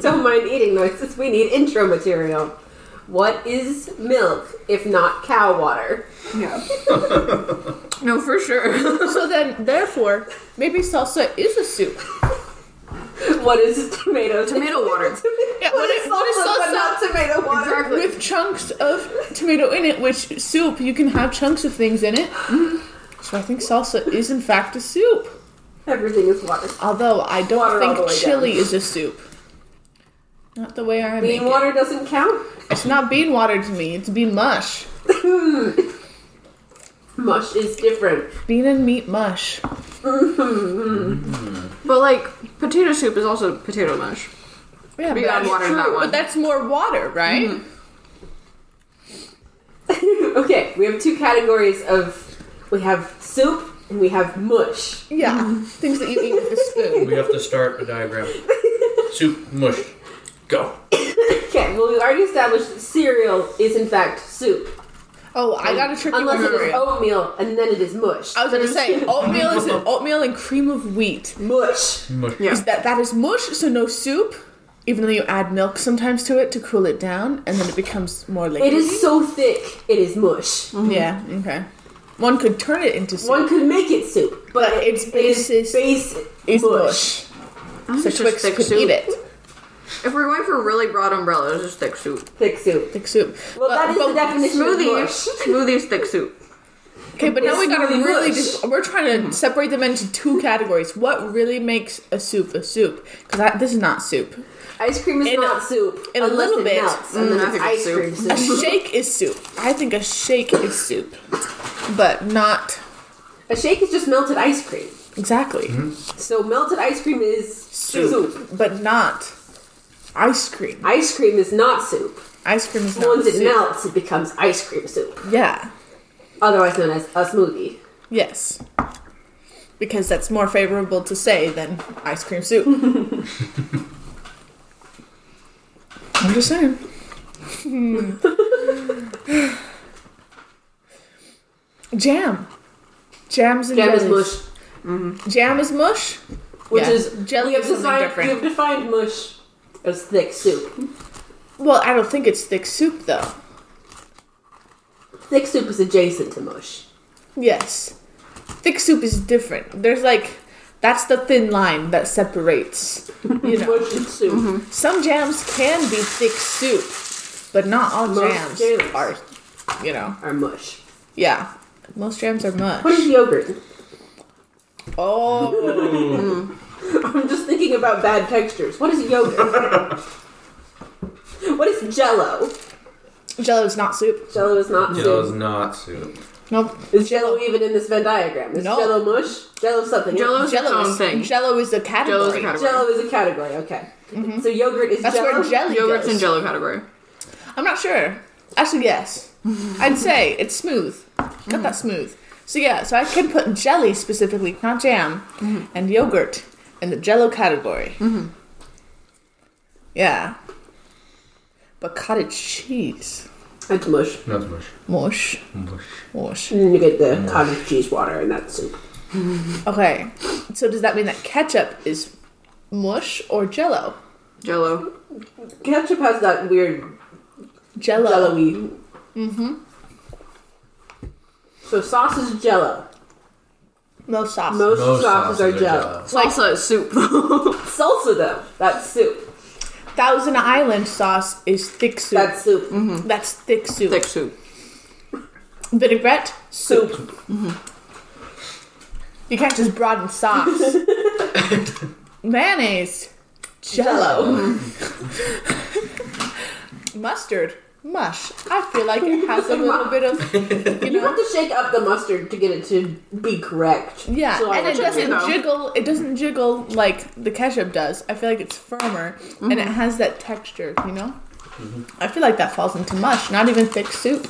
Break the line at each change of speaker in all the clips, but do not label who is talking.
Don't mind eating noises. We need intro material. What is milk if not cow water?
Yeah. no, for sure. so then, therefore, maybe salsa is a soup.
What is tomato?
Tomato water.
Yeah,
What is salsa, but not tomato water?
Exactly.
with chunks of tomato in it, which soup you can have chunks of things in it.
Mm-hmm.
So I think salsa is in fact a soup.
Everything is water.
Although I don't
Water all the
think
way
chili
down.
is a soup. Not the way I make
Bean water doesn't count.
it. It's not bean water to me. It's bean mush.
Mush is different.
Bean and meat mush.
Mm-hmm. But like potato soup is also potato mush.
Yeah,
We add
that's
water to that one. Mm-hmm.
But that's more water, right?
okay, we have two categories of we have soup and we have mush.
Yeah,
Mm.
things that you eat with a spoon.
We have to start a diagram. Soup mush. Go.
Okay, well we already established that cereal is in fact soup.
Oh, I got a tricky one
Unless it
for
is
you.
oatmeal and then it is mush.
I was gonna say oatmeal is oatmeal and cream of wheat.
mush.
Mush.
Yeah.
is that that is mush, so no soup. Even though you add milk sometimes to it to cool it down, and then it becomes more liquidy.
It is so thick, it is mush.
Yeah. Okay. One could turn it into soup.
One could make it soup, but,
But
it-
its
it is
basis
base
is
mush.
mush. So Twix could eat it.
If we're going for really broad umbrellas, just thick soup.
Thick soup.
Thick soup.
Well, that is the definition of
Smoothie,
mush.
smoothie is thick soup.
Okay, but now we gotta
It's
really
mush. Mm-hmm.
just. We're trying to separate them into two categories. What really makes a soup a soup? Because this is not soup.
Ice cream is
In a-
not soup.
in a
unless
little
it
bit.
melts, and then
Mm, I
it's ice
think it's soup.
cream
A
soup.
shake is soup. I think a shake is soup, but not
A shake is just melted ice cream.
exactly.
So melted ice cream is
Soup.
soup.
But not ice cream.
Ice cream is not soup.
Ice cream is not
Once it
soup.
melts, it becomes ice cream soup,
Yeah.
otherwise known as a smoothie.
Yes. Because that's more favorable to say than ice cream soup. I'm just saying. Hmm. Jam. Jams and
Jam is
jellies.
mush,
Jam is mush.
which
Yeah.
is
Jelly
we have
is something
defined,
different.
We have defined mush as thick soup.
Well, I don't think it's thick soup though.
Thick soup is adjacent to mush.
Yes. Thick soup is different. There's like that's the thin line that separates. You know. Mm-hmm.
Mush and soup.
Some jams can be thick soup, but not all
Most
jams,
jams.
are. You know,
Are mush.
yeah. Most jams are
What is
mush.
yogurt?
Oh,
I'm just thinking about bad textures. What is yogurt? what is jello?
Jello is not soup.
Jello is not
Jello is
soup.
not soup.
Nope.
Is jello even in this Venn diagram? Is
No.
jello mush? Jello's something.
Jell-O
else.
Jello's its own
is
thing.
Jello is a category. Mm-hmm.
Jello's a category.
Jello is a category. Okay. So yogurt is
That's
jello.
where jelly
Yogurt's
goes.
in jello category.
I'm not sure. I should guess. I'd say it's smooth. Not that smooth. So yeah, so I can put jelly specifically, not jam, and yogurt in the jello category. Yeah. But cottage cheese.
That's mush.
Not mush.
Mush.
Mush.
Mush.
And then you get the cottage cheese water and that's soup.
Okay. So does that mean that ketchup is mush or jello?
Jello.
Ketchup has that weird
Jello.
jello-y. Mm-hmm.
Mm-hmm.
So sauce is jello.
No sauce.
Most, sauces, are jello.
Salsa is soup though.
Salsa though, that's soup.
Thousand Island sauce is thick soup.
That's soup.
That's thick soup.
thick soup.
Vinaigrette
Soup.
You can't just broaden sauce. Mayonnaise, jello, mustard, mush. I feel like it has a little bit of, you
You have
know,
to shake up the mustard to get it to be correct.
yeah.
So I
and it
like
doesn't
though.
jiggle. It doesn't jiggle like the ketchup does. I feel like it's firmer and it has that texture. You know, I feel like that falls into mush, not even thick soup.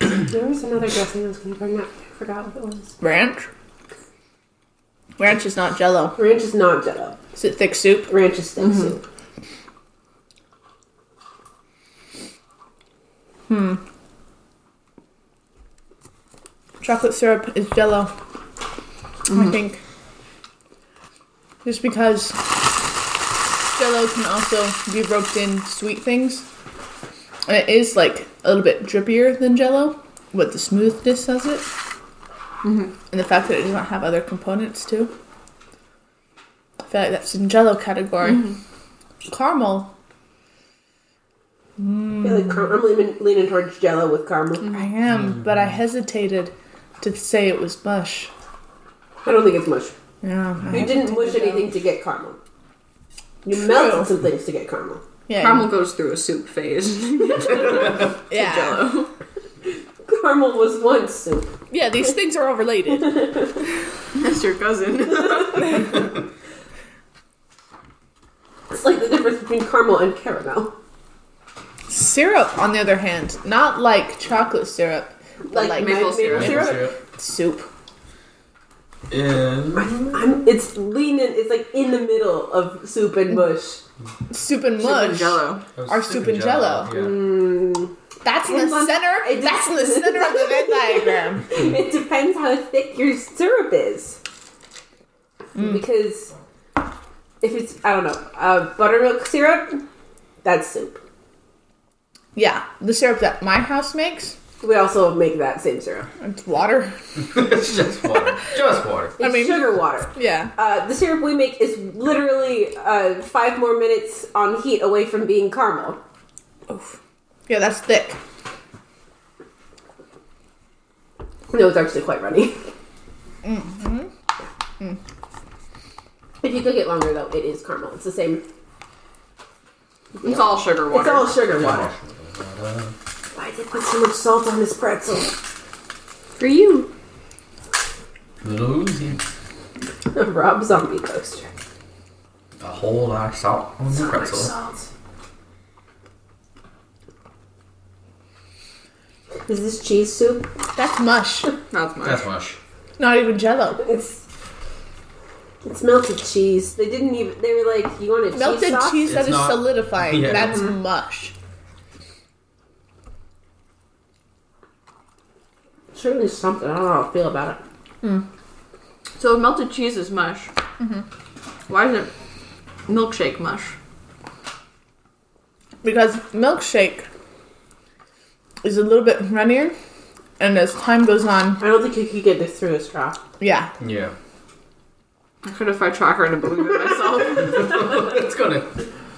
There was another dressing I was going to bring up. I forgot what it was.
Ranch. Ranch is not jello.
Ranch is not jello.
Is it thick soup?
Ranch is thick
Mm-hmm.
soup.
Chocolate syrup is jello. I think. just because Jello can also be roped in sweet things. And it is like a little bit drippier than Jello, but the smoothness of it, and the fact that it doesn't have other components too. I feel like that's in Jello category. Caramel,
I feel like car- I'm leaning, leaning towards Jello with caramel.
I am, but I hesitated to say it was mush.
I don't think it's mush.
Yeah, I
You didn't mush
hesitated.
anything to get caramel. You
True.
melted some things to get caramel.
Yeah,
Caramel goes through a soup phase.
yeah.
Caramel was once soup.
Yeah, these things are all related.
That's your cousin.
It's like the difference between caramel and caramel.
syrup, on the other hand, not like chocolate syrup, but
Like,
like,
maple
maple syrup.
syrup.
Maple syrup.
soup.
And
I'm, it's leaning, it's like in the middle of soup and mush.
Soup and
Soup and
mush.
jello.
Or soup and jello.
Yeah.
That's in the
Depends on- it de-
center. That's in the center of the Venn diagram.
It depends how thick your syrup is. Mm. Because if it's, I don't know, uh, buttermilk syrup, that's soup.
Yeah, the syrup that my house makes,
We also make that same syrup.
it's water.
it's just water. Just water.
It's
mean-
sugar water.
Yeah.
Uh, the syrup we make is literally uh, five more minutes on heat away from being caramel.
Oof. Yeah, that's thick.
No, it's actually quite runny. Mm-hmm. Mm. If you cook it longer, though, it is caramel. It's the same.
It's all sugar
It's
water.
all sugar water. Why did they put so much salt on this pretzel?
for you.
Little Uzi.
Rob Zombie Coaster.
A whole lot of salt on the pretzel.
Salt. Is this cheese soup?
That's mush.
That's mine.
That's mush.
Not even jello.
It's it's melted cheese. They didn't even. They were like, "You want a
Melted
cheese sauce?" Mm-hmm.
cheese that
It's
is
not-
solidifying.
Yeah.
That's mush.
Surely something. I don't know how I feel about it.
So if melted cheese is mush. Why is it milkshake mush?
because milkshake is a little bit runnier, and as time goes on,
I don't think you could get this through a straw.
yeah,
Yeah.
I could if I try hard to believe it myself.
It's gonna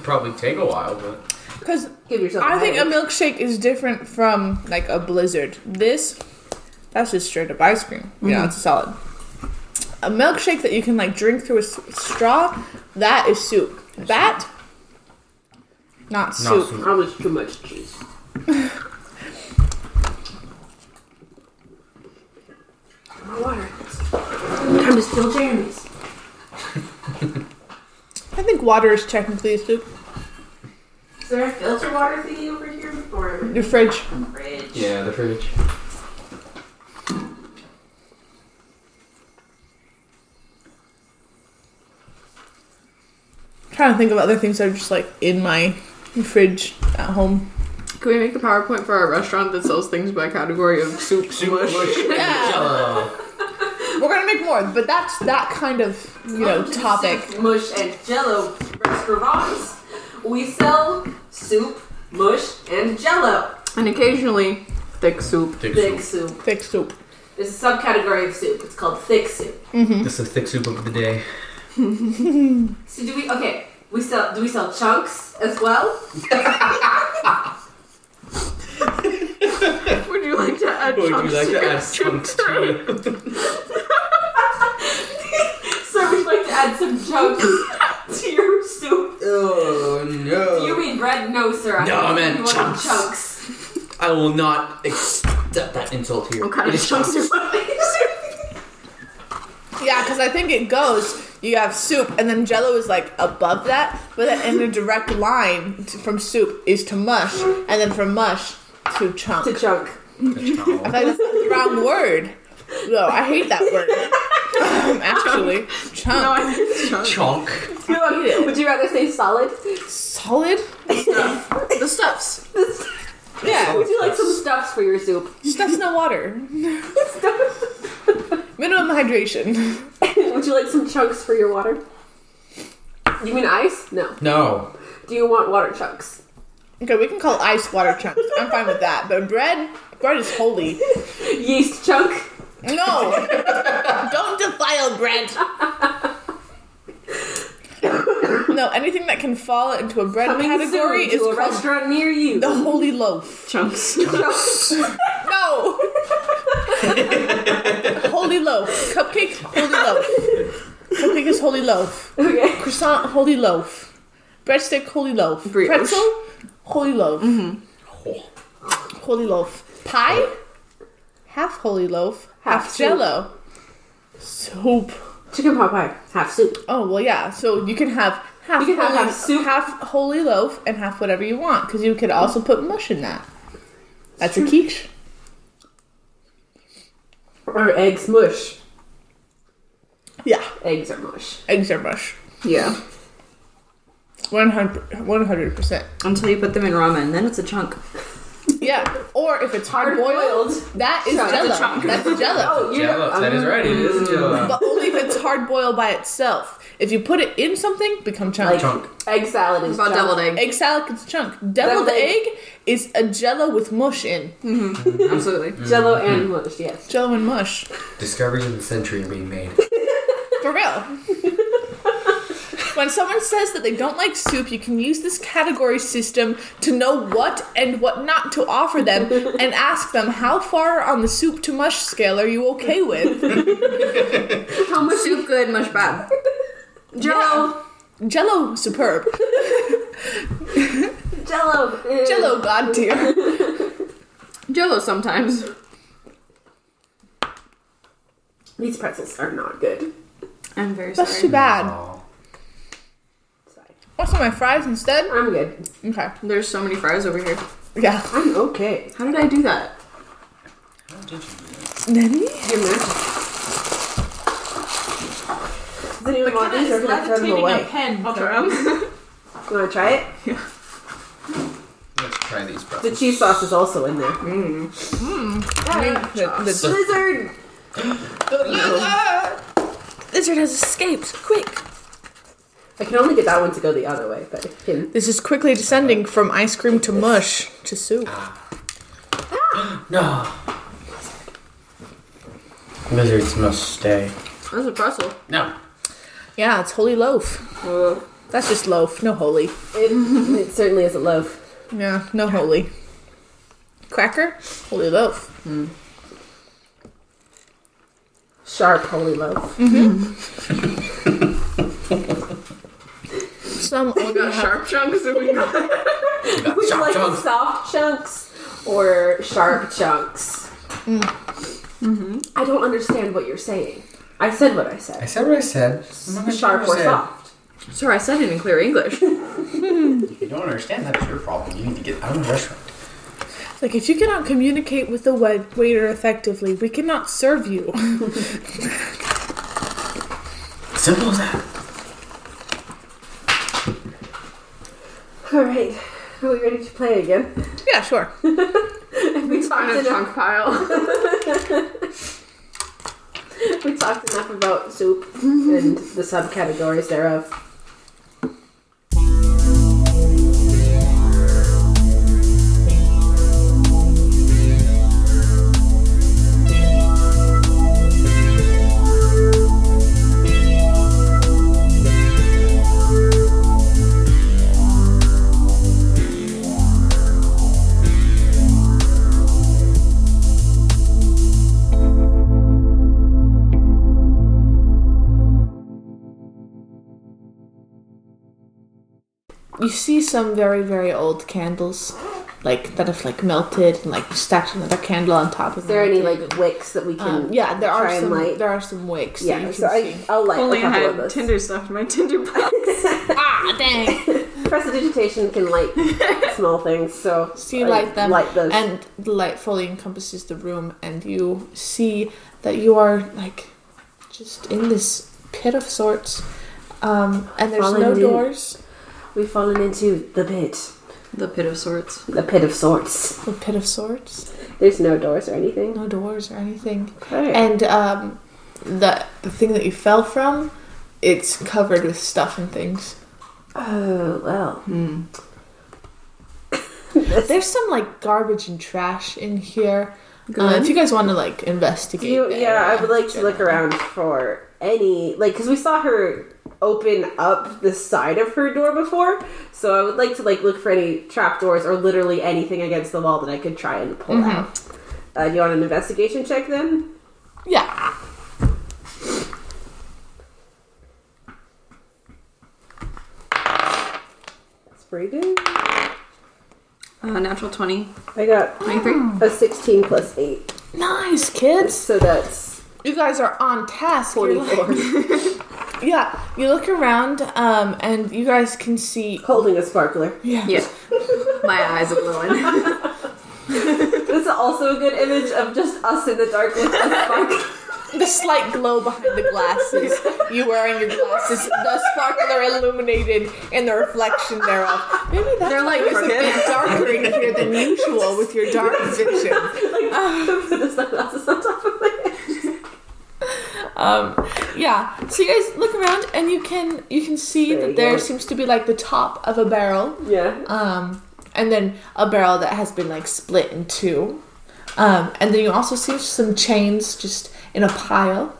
probably take a while, but
because
Give yourself.
I
a
think a
headache.
milkshake is different from like a blizzard. This, that's just straight up ice cream. You know, it's solid. A milkshake that you can like drink through a s- straw, that is soup. That, not
not
soup.
soup.
Probably too much cheese. More water. Time to spill Jeremy's.
I think water is technically a soup.
Is there a filter water thingy over here or
Your fridge.
fridge?
Yeah, the fridge.
trying to think of other things that are just like in my fridge at home.
Can we make the PowerPoint for our restaurant that sells things by category of soup,
Soup
mush?
mush and jello.
We're gonna make more, but that's that kind of you know
Welcome to the
topic.
Soup, mush and jello restaurants. We sell soup, mush, and jello.
And occasionally, thick soup.
Thick
Thick
soup.
soup.
Thick soup.
There's a subcategory of soup. It's called thick soup.
This is thick soup of the day.
So do we? Okay, we sell. Do we sell chunks as well?
Would you like to add
Would you
chunks
like to
your
add
soup
chunks to it?
So we'd like to add some chunks to your soup.
Oh no.
Do you mean bread? No, sir. I
No, I meant
you want
chunks.
chunks.
I will not accept that insult here.
What kind
It
of
is
chunks
chunks.
Yeah, because I think it goes. You have soup, and then Jello is like above that, but then in a direct line to, from soup is to mush, and then from mush to chunk.
To chunk.
Chunk.
Like, that's not the wrong word. No, I hate that word. Um, actually, chunk.
No, I think it's chunks.
Chunk.
Would you rather say solid?
Solid.
The stuffs.
Yeah,
Would you like some stuffs for your soup?
stuff's no water. Minimum hydration.
Would you like some chunks for your water? You mean ice? No.
No.
Do you want water chunks?
Okay, we can call ice water chunks. I'm fine with that. But bread, bread is holy.
Yeast chunk?
No, don't defile bread. No, anything that can fall into a bread
Coming
category
soon
is
to a
called
restaurant near you.
the holy loaf.
Chunks.
No, holy loaf. Cupcake, holy loaf. Cupcake is holy loaf.
Okay.
Croissant, holy loaf. Breadstick, holy loaf.
Brioche.
Pretzel, holy loaf.
Mm-hmm.
Oh.
holy loaf pie, half holy loaf, half,
Half soup.
jello, soup.
Chicken pot pie. Half soup.
Oh well, yeah. So you can have half
You can have
holy,
half soup.
half holy loaf, and half whatever you want because you could also put mush in that. That's a quiche.
Or eggs mush.
Yeah,
Eggs are mush.
eggs are mush.
Yeah.
100 percent.
Until you put them in ramen, then it's a chunk.
Yeah. Or if it's hard boiled,
Hard-boiled.
that is
That's a
jello.
chunk.
That's a jello.
Oh, you're
Jello. that is right. It is jello.
But only if it's hard boiled by itself. If you put it in something, become chunky.
Like
Chunk.
egg salad is
It's about
chunk.
deviled egg.
Egg salad is a chunk. Deviled
Deviled
egg
egg.
is a jello with mush in.
Absolutely.
Jello and mush, yes.
Jello and mush.
Discoveries of the century being made.
For real. when someone says that they don't like soup, you can use this category system to know what and what not to offer them and ask them how far on the soup to mush scale are you okay with?
How much
Soup good, mush bad.
Jello.
Jello superb.
Jello. eh.
Jello god dear.
Jello sometimes.
These pretzels are not good.
I'm very
That's too bad.
Oh.
Sorry.
Want some of my fries instead?
I'm good.
Okay.
There's so many fries over here.
Yeah.
I'm okay.
How did I do that?
How did you do that?
Nanny?
You're magic. Does anyone want these or can I throw them away?
pen
I'll try You want to try it?
Let's try these
The
brothers.
cheese sauce is also in there.
The- the-
Blizzard!
Lizard has escaped. Quick.
I can only get that one to go the other way, but it can.
This is quickly descending from ice cream to mush to soup.
No. Lizards must stay.
That's a pretzel.
No.
Yeah, it's holy loaf. That's just loaf, no holy.
It, it certainly is a loaf.
Yeah, no holy. Cracker, holy loaf.
Sharp holy loaf.
Some only have-
sharp chunks and we got
You got
Would you
chop
like
chunks.
soft chunks or sharp chunks? I don't understand what you're saying. Mm-hmm. I said what I
I
said.
said what I said.
Sharp or soft.
Sorry, I said it in clear English.
If you don't understand, that's your problem. You need to get out of the restaurant.
Like, if you cannot communicate with the wait- waiter effectively, we cannot serve you.
Simple as that.
All right. Are we ready to play again?
yeah, sure.
We talked
a
enough.
chunk pile.
We talked enough about soup and the subcategories thereof.
You see some very, very old candles, like, that have, like, melted and, like, stacked another candle on top of
Is there any like wicks that we can?
Um, yeah, there are
try and
some.
light?
There are some wicks. that you
yeah,
can
so I,
see.
I'll light
Only
a couple
had
of those.
Tinder stuff in my Tinder box.
ah, dang.
Prestidigitation can light small things, so
So you
I
light them,
Light those.
and the light fully encompasses the room, and you see that you are like just in this pit of sorts, um, and there's
Falling
no
in.
doors.
We've fallen into the pit,
The pit of sorts.
the pit of sorts.
A pit of sorts,
There's no doors or anything.
no doors or anything,
Okay.
and um, the the thing that you fell from, it's covered with stuff and things.
Oh well.
There's some like garbage and trash in here. Uh,
Good.
if you guys want to like investigate,
You,
the
yeah, I
area,
would like to look around for any like because we saw her open up the side of her door before, so I would like to like look for any trapdoors or literally anything against the wall that I could try and pull out. Uh, do you want an investigation check then?
yeah.
That's pretty good.
Uh, natural 20.
I got
23.
a sixteen plus eight,
Nice kids.
so that's
You guys are on task. You're like-
forty-four.
yeah, you look around, um, and you guys can see.
Holding a sparkler.
Yeah.
Yeah. My eyes are glowing.
This is also a good image of just us in the dark with a sparkler.
The slight glow behind the glasses. You wearing your glasses. The sparkler illuminated in the reflection thereof. Maybe that's
They're
why
like
it's a bit
crooked.
darker in here than usual with your dark vision.
Put the sunglasses on top of my head.
Um, yeah. So you guys look around, and you can you can
There
see
you
that there
go.
seems to be like the top of a barrel,
Yeah.
um, and then a barrel that has been like split in two, um, and then you also see some chains just in a pile.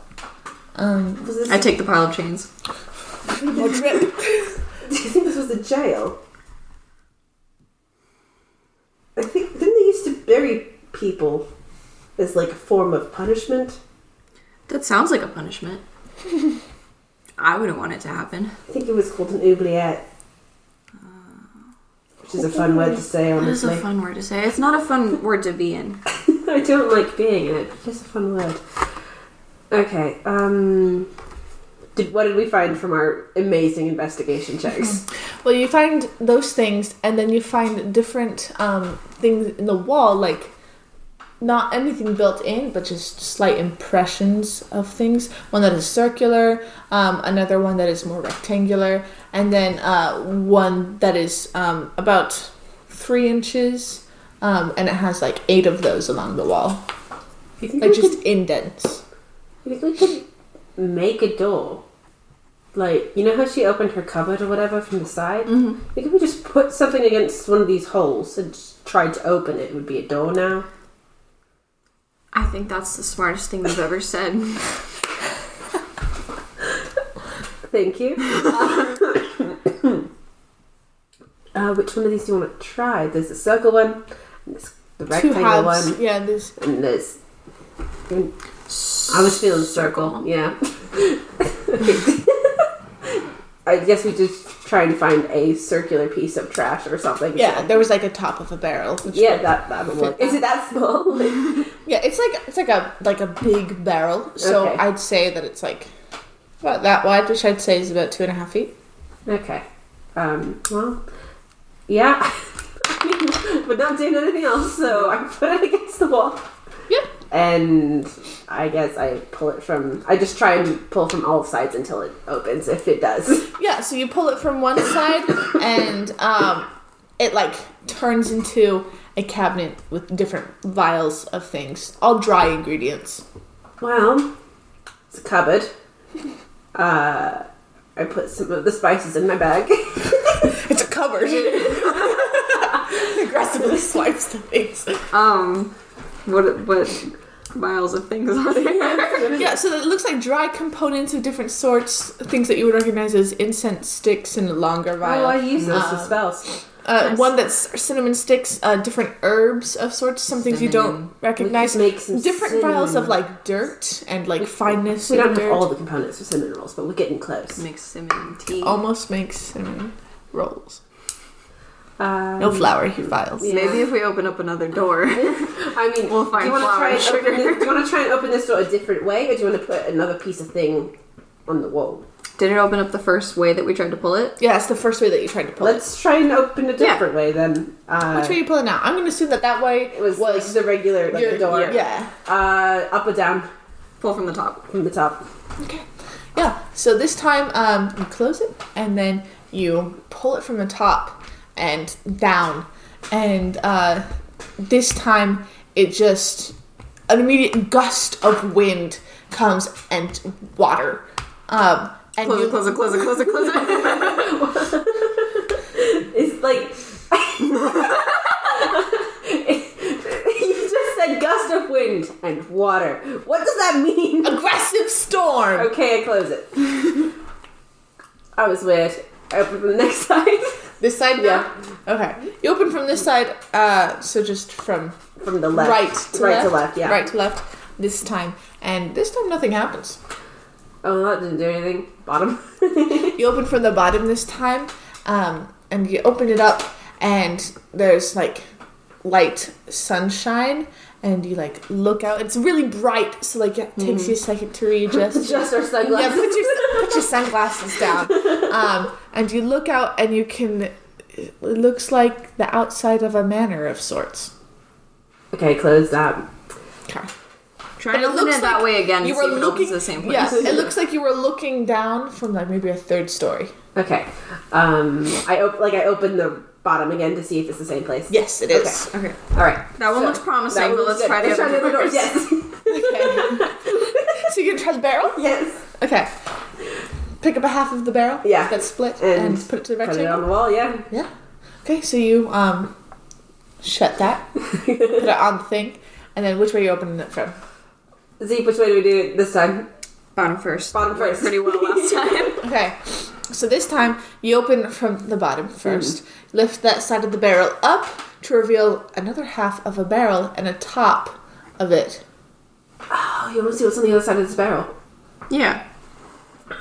Um,
Was this
I take the pile of chains.
Do you think this was a jail? I think didn't they used to bury people as like a form of punishment?
That sounds like a punishment. I wouldn't want it to happen.
I think it was called an oubliette, which is a fun word to say.
That is a
Honestly,
fun word to say. It's not a fun word to be in.
I don't like being in it. but It's a fun word. Okay. Um. Did, what did we find from our amazing investigation checks?
well, you find those things, and then you find different um, things in the wall, like not anything built in, but just slight impressions of things. One that is circular, um, another one that is more rectangular, and then uh, one that is um, about three inches, um, and it has like eight of those along the wall,
You think
like
we
just indents.
You think we could make a door? Like, you know how she opened her cupboard or whatever from the side? Mm-hmm. Think if we just put something against one of these holes and just tried to open it, it would be a door now.
I think that's the smartest thing you've ever said.
Thank you. uh, which one of these do you want to try? There's the circle one, and there's the
Two
rectangle
halves,
one,
yeah. There's
and there's. I was feeling circle, yeah. I guess we just try and find a circular piece of trash or something.
yeah. There was like a top of a barrel. Which
Yeah, that that would work. Is it that small?
Yeah, it's like it's like a like a big barrel. So
Okay.
I'd say that it's like about that wide, which I'd say is about two and a half feet.
okay. Um. Well. Yeah. I mean, we're not doing anything else, so I put it against the wall,
Yeah.
and I guess I pull it from. I just try and pull from all sides until it opens. If it does,
Yeah. So you pull it from one side, and um, it like turns into a cabinet with different vials of things, all dry ingredients.
well, it's a cupboard. Uh, I put some of the spices in my bag.
It's a cupboard. Aggressively swipes the things.
Um, what what miles of things are there?
Yeah, so it looks like dry components of different sorts, things that you would recognize as incense sticks in a longer vial.
Oh, I use those
Um,
for spells.
Uh,
Nice.
One that's cinnamon sticks, uh, different herbs of sorts, some things you don't
Cinnamon.
We could
recognize.
make some
Different vials of
cinnamon.
like dirt and like fineness.
We
of
don't have
dirt.
all the components for cinnamon rolls, but we're getting close.
Mix cinnamon tea.
Almost makes cinnamon rolls.
Um,
No flour vials.
yeah.
Maybe if we open up another door.
I mean,
We'll
do
find
you want to
flour
try and
and
open
sugar.
this, do you want to try and open this door a different way, or do you want to put another piece of thing on the wall?
Did it open up the first way that we tried to pull it?
Yeah, it's the first way that you tried to pull
Let's try and open a
Yeah.
different way then.
it.
Uh,
Which way are you pulling out? I'm going to assume that that way
it was, like the regular like
your
the door.
Yeah.
Uh, up or down
Pull from the top.
from the top.
Okay. Yeah. So this time, um, you close it and then you pull it from the top and down, and uh, this time it just an immediate gust of wind comes and water, um, And
Close
you-
it, close it, close it, close it, close it.
It's like you just said gust of wind and water. What does that mean?
aggressive storm.
Okay, I close it. I was weird. Open from the next side.
This side,
Yeah.
now? Okay, you open from this side. Uh, so just from
From the left.
right to
right
left,
to left, yeah.
right to left. This time, and this time nothing happens.
Oh, that didn't do anything. Bottom.
You open from the bottom this time, um, and you open it up, and there's like light sunshine, and you like look out. It's really bright, so like it takes you a second to readjust.
Just our
yeah,
sunglasses.
put your put your sunglasses down, um, and you look out, and you can. It looks like the outside of a manor of sorts.
Okay, close that.
Okay.
Try
And
to
it
look
looks
it that
like
way again.
you
You
were
see if it opens
looking-
the same place.
Yes, it looks like you were looking down from like maybe a third story.
Okay. Um, I op- like I opened the bottom again to see if it's the same place.
Yes, it
is.
Okay.
All right.
That one looks promising, but let's try the
Let's
other
try
doors.
Yes.
Okay. so you can try the barrel.
yes.
Okay. Pick up a half of the barrel.
Yeah.
That's split and,
And
put it to the
Put it on
rectangle.
the wall. Yeah.
Yeah. Okay, so you um shut that, put it on the thing, and then which way you opening it from?
Zeke, which way do we do it this time?
Bottom first.
Bottom
Went
first.
Pretty well last time.
Okay. So this time you open from the bottom first. Lift that side of the barrel up to reveal another half of a barrel and a top of it.
Oh, you want to see what's on the other side of this barrel?
yeah.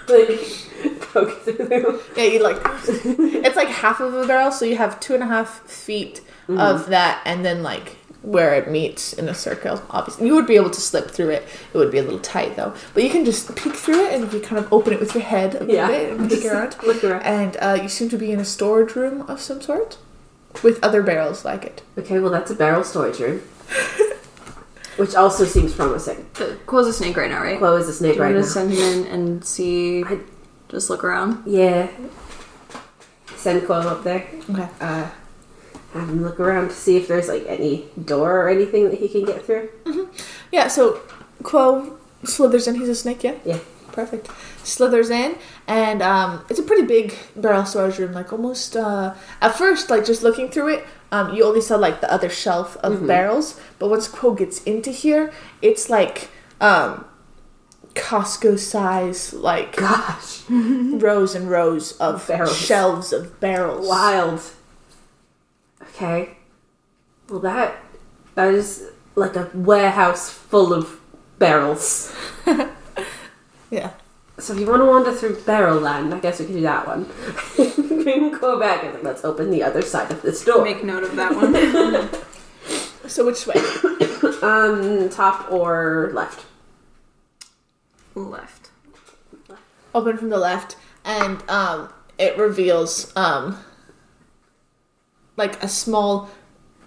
Like poke through.
Yeah, you like it's like half of a barrel, so you have two and a half feet of that, and then like where it meets in a circle. Obviously, you would be able to slip through it. It would be a little tight though, but you can just peek through it and you kind of open it with your head a little
Yeah.
bit and peek around.
Look around.
And uh, you seem to be in a storage room of some sort with other barrels like it.
Okay, well that's a barrel storage room, which also seems promising.
The, close a snake right now, right?
Chloe is a snake
Do you
right
want
now.
to send him in and see?
I-
Just look around.
yeah. Send Chloe up there.
Okay.
Uh, have him look around to see if there's like any door or anything that he can get through.
Yeah, so Quo slithers in. He's a snake, yeah?
Yeah.
Perfect. Slithers in, and um, it's a pretty big barrel storage room. Like, almost, uh, at first, like, just looking through it, um, you only saw, like, the other shelf of barrels. But once Quo gets into here, it's like um, Costco size, like,
Gosh,
rows and rows of
Barrels.
shelves of barrels.
wild. Okay. Well, that that is like a warehouse full of barrels.
Yeah.
So if you want to wander through Barrel Land, I guess we can do that one. we can go back and let's open the other side of this door.
Make note of that one.
So, which way?
Um, top or left?
Left.
open from the left and um it reveals um like a small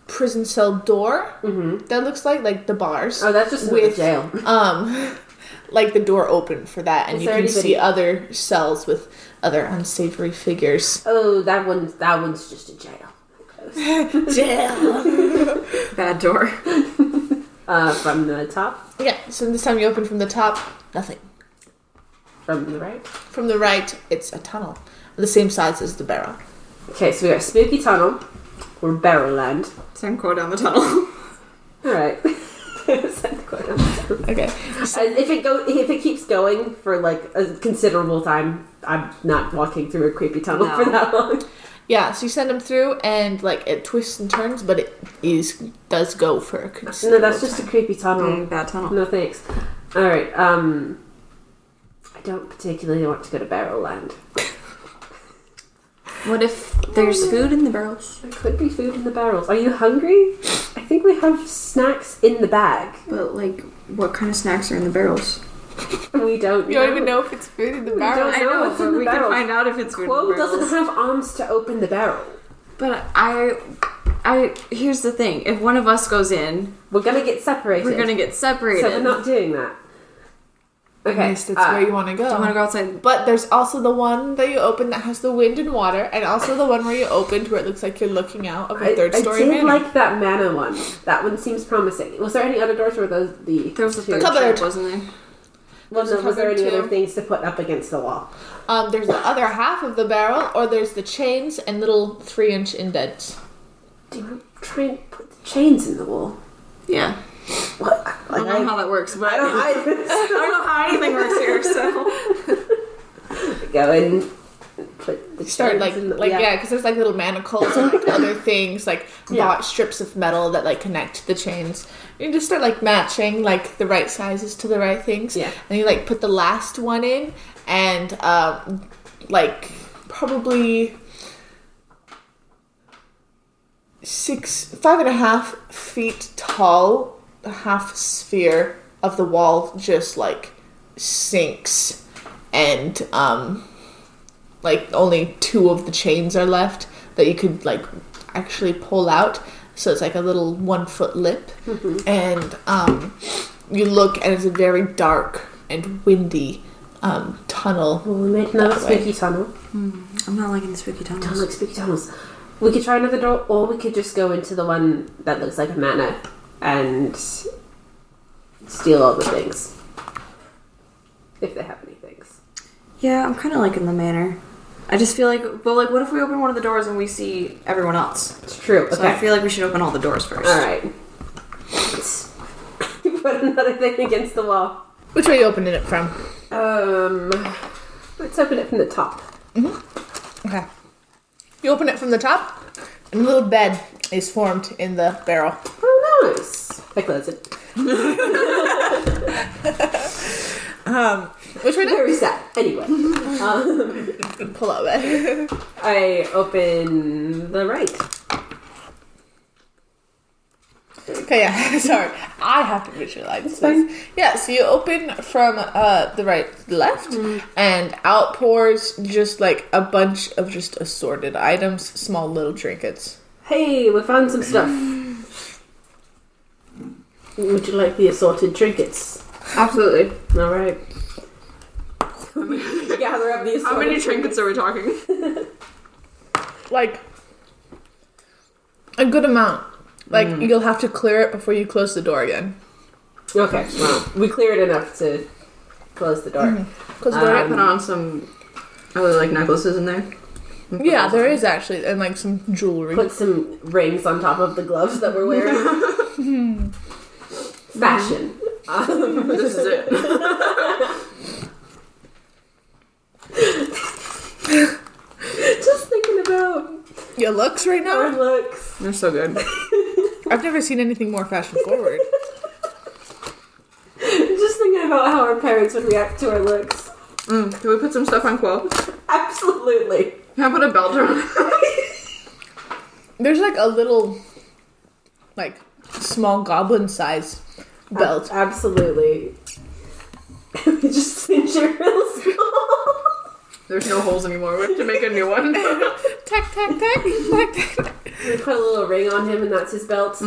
prison cell door
Mm-hmm.
that looks like like the bars
Oh, that's just with
With-
jail.
um like the door open for that and
Is
you can
there
see
anybody-
other cells with other unsavory figures
Oh, that one's that one's just a jail.
yeah
Bad door.
Uh, from the top,
so this time you open from the top nothing
from the right.
from the right it's a tunnel the same size as the barrel
Okay, so we got Spooky Tunnel or Barrel Land.
Send Quo down the tunnel.
All right. Send Cora down.
okay
And if it go, if it keeps going for like a considerable time, I'm not walking through a creepy tunnel
No.
for that long.
Yeah, so you send him through, and like it twists and turns, but it is does go for a
No,
considerable.
that's just a creepy tunnel.
Mm, bad tunnel.
No thanks. All right. Um, I don't particularly want to go to Barrel Land.
What if there's food in the barrels?
There could be food in the barrels. Are you hungry? I think we have snacks in the bag.
But like, what kind of snacks are in the barrels?
We don't.
you don't even know if it's food in the barrel.
don't- I know, but we can find
out if it's
Quo doesn't have arms to open the barrel.
But I, I here's the thing: if one of us goes in,
We're gonna get separated.
we're gonna get separated.
So we're not doing that. Okay.
Yes, that's
uh,
where you want to go.
I want to go outside.
But there's also the one that you open that has the wind and water, and also the one where you opened where it looks like you're looking out of
I,
a third
I
story
did
manor.
like that mana one. That one seems promising. Was there any other doors? Or were those the
There was a
two?
third
Cupboard.
trap, wasn't there?
Was,
Those are
was there any
covered
other
too.
things to put up against the wall?
Um, there's the other half of the barrel, or there's the chains and little three inch indents.
Do you try and put the chains in the wall?
Yeah.
What?
I don't know how that works, but
I don't. I
I don't know how anything works here, so.
go and put the
Start
chains
like
in the,
like yeah, because there's like little manacles and like other things like
Yeah.
bought strips of metal that like connect the chains. You just start like matching like the right sizes to the right things.
Yeah.
and you like put the last one in and um, like probably six five and a half feet tall a half sphere of the wall just like sinks and um like only two of the chains are left that you could like actually pull out so it's like a little one foot lip and um you look and it's a very dark and windy um tunnel
Well, we made another
That way.
spooky tunnel.
I'm not liking the spooky tunnels.
Don't like spooky tunnels. We could try another door, or we could just go into the one that looks like a manor and steal all the things. If they have any things.
Yeah, I'm kind of liking the manor. I just feel like, well, like, what if we open one of the doors and we see everyone else?
It's true.
So I
Okay.
feel like we should open all the doors first.
Alright. Let's Put another thing against the wall.
which way are you opening it from
Um, let's open it from the top.
Okay. You open it from the top, and a little bed is formed in the barrel.
Oh, nice. I close it.
Which way
Very sad. Anyway, um,
to pull out bed?
I open the right.
okay, yeah. Sorry. I have to visualize this. Yeah, so you open from uh, the right to the left, and out pours just like a bunch of just assorted items, small little trinkets.
Hey, we found some stuff. Would you like the assorted trinkets?
Absolutely.
All right. Gather up the assorted.
How many trinkets are we talking?
Like, a good amount. Like, you'll have to clear it before you close the door again.
Okay. Well, we cleared enough to close the door.
Close the
Um,
door.
I put on some other like necklaces in there.
yeah, there is actually, and like some jewelry.
Put some rings on top of the gloves that we're wearing. Fashion. Um,
This is it.
just thinking about
Your looks right now?
our looks.
They're so good.
I've never seen anything more fashion forward.
Just thinking about how our parents would react to our looks.
Mm, can we put some stuff on Quill?
Absolutely.
Can I put a belt around?
There's like a little, like, small goblin size belt.
Ab- absolutely. we just cinch it real small.
There's no holes anymore. We have to make a new one.
Tack, tack, tack, tack, tack.
we put a little ring on him, and that's his belt.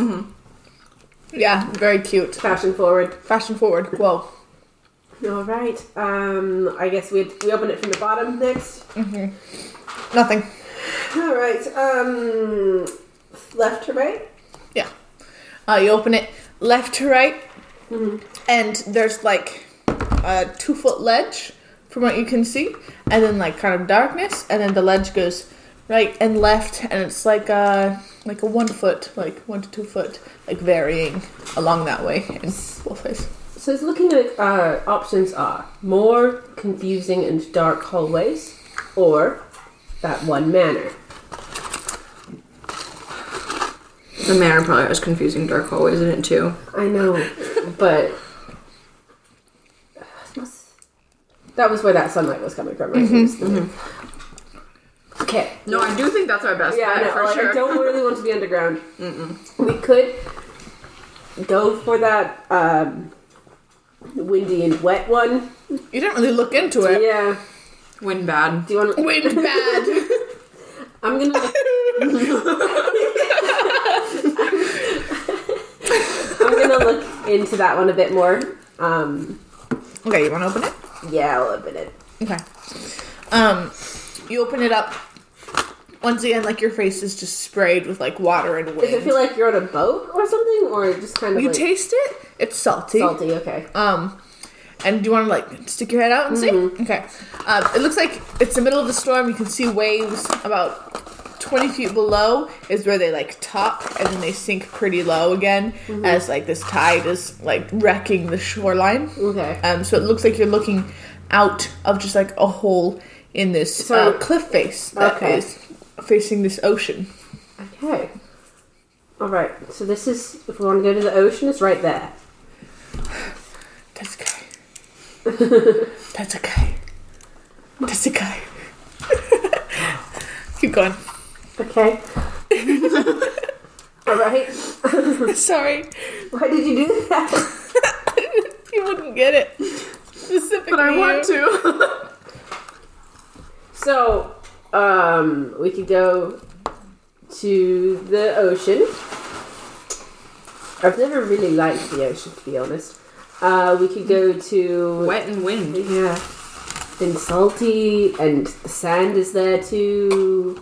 Yeah, very cute.
Fashion forward.
Fashion forward. Whoa.
All right. Um, I guess we we open it from the bottom next.
Nothing.
All right. Um, left to right.
Yeah. Uh, you open it left to right,
Mm-hmm.
and there's like a two foot ledge from what you can see, and then like kind of darkness, and then the ledge goes right and left, and it's like a like a one foot, like one to two foot, like varying along that way in both ways.
So it's looking like uh, options are more confusing and dark hallways, or that one manor.
the manor probably has confusing dark hallways in it too.
I know, but that was where that sunlight was coming from, right? It was the- Okay.
No, I do think that's our best
Yeah, I
bet
know.
for
like,
sure.
I don't really want to be underground. We could go for that um, windy and wet one.
You didn't really look into it.
Yeah.
Win bad.
Do you want? to...
Wind bad.
I'm gonna. I'm gonna look into that one a bit more. Um,
okay, you want to open it?
yeah, I'll open it.
Okay. Um, you open it up. Once again, like your face is just sprayed with like water and
Does
wind.
it feel like you're on a boat or something, or just kind of
you
like
taste it. It's salty.
salty? Okay.
Um, And do you want to like stick your head out and
Mm-hmm.
see? Okay. Um, it looks like it's the middle of the storm. You can see waves about 20 feet below is where they like top and then they sink pretty low again
Mm-hmm.
as like this tide is like wrecking the shoreline.
Okay.
Um, so it looks like you're looking out of just like a hole in this
So-
uh, cliff face that is
Okay.
facing this ocean.
Okay. All right. So this is if we want to go to the ocean, it's right there.
That's okay. That's okay. That's okay. Keep going.
Okay. All right.
Sorry,
Why did you do that?
you wouldn't get it specifically.
But I want to.
So, um, we could go to the ocean. I've never really liked the ocean, to be honest. Uh, we could go to
Wet and wind.
Yeah. And salty, and the sand is there too.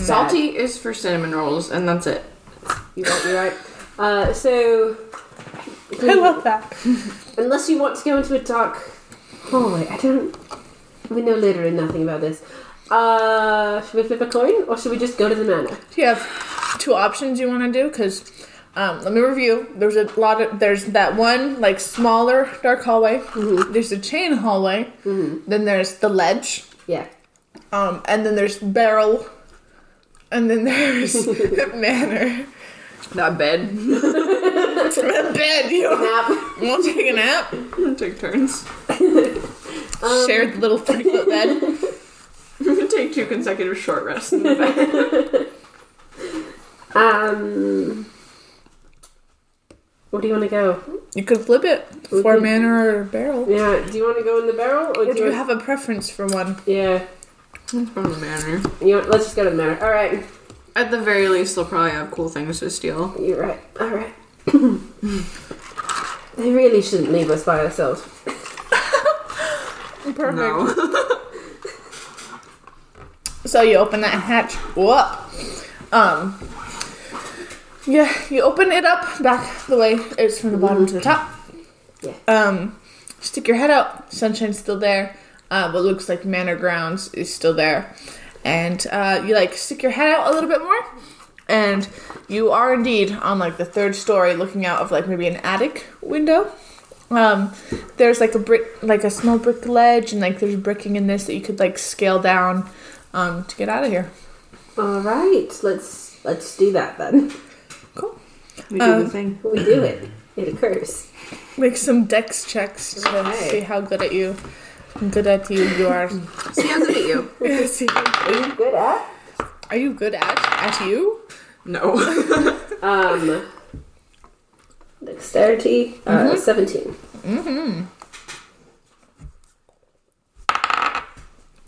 Salty is for cinnamon rolls, and that's it.
You right, you right. Uh, so,
I love that.
unless you want to go into a dark hallway, I don't. We know literally nothing about this. Uh, should we flip a coin, or should we just go to the manor?
Do you have two options you want to do? Because um, let me review. There's a lot of there's that one like smaller dark hallway.
Mm-hmm.
There's a chain hallway. Then there's the ledge.
Yeah.
Um, and then there's barrel. And then there's manor.
That bed.
bed. You
Nap.
won't take a nap.
take turns.
Share the little three foot bed.
You can take two consecutive short rests in the bed.
Um. Where do you want to go?
You could flip it for manor or barrel.
Yeah. Do you want to go in the barrel, or
Or
do
do you
you?
have a preference for one?
yeah.
From the manor.
You want, let's just go to the manor. All right.
At the very least, they'll probably have cool things to steal.
You're right. All right. they really shouldn't leave us by ourselves.
Perfect.
No.
So you open that hatch. Whoop. Um. Yeah, you open it up back the way it's from the bottom to the top.
Yeah.
Um, stick your head out. Sunshine's still there. Uh, what looks like manor grounds is still there, and uh, you like stick your head out a little bit more, and you are indeed on like the third story, looking out of like maybe an attic window. Um, there's like a brick, like a small brick ledge, and like there's bricking in this that you could like scale down um, to get out of here.
All right. Let's let's do that then.
Cool.
We do the thing.
We do it. It occurs.
Make some dex checks to
Okay.
see how good at you, good at you you are.
See how good at you.
See-
Are you good at?
Are you good at at you?
No.
Um. Dexterity. Uh, Seventeen.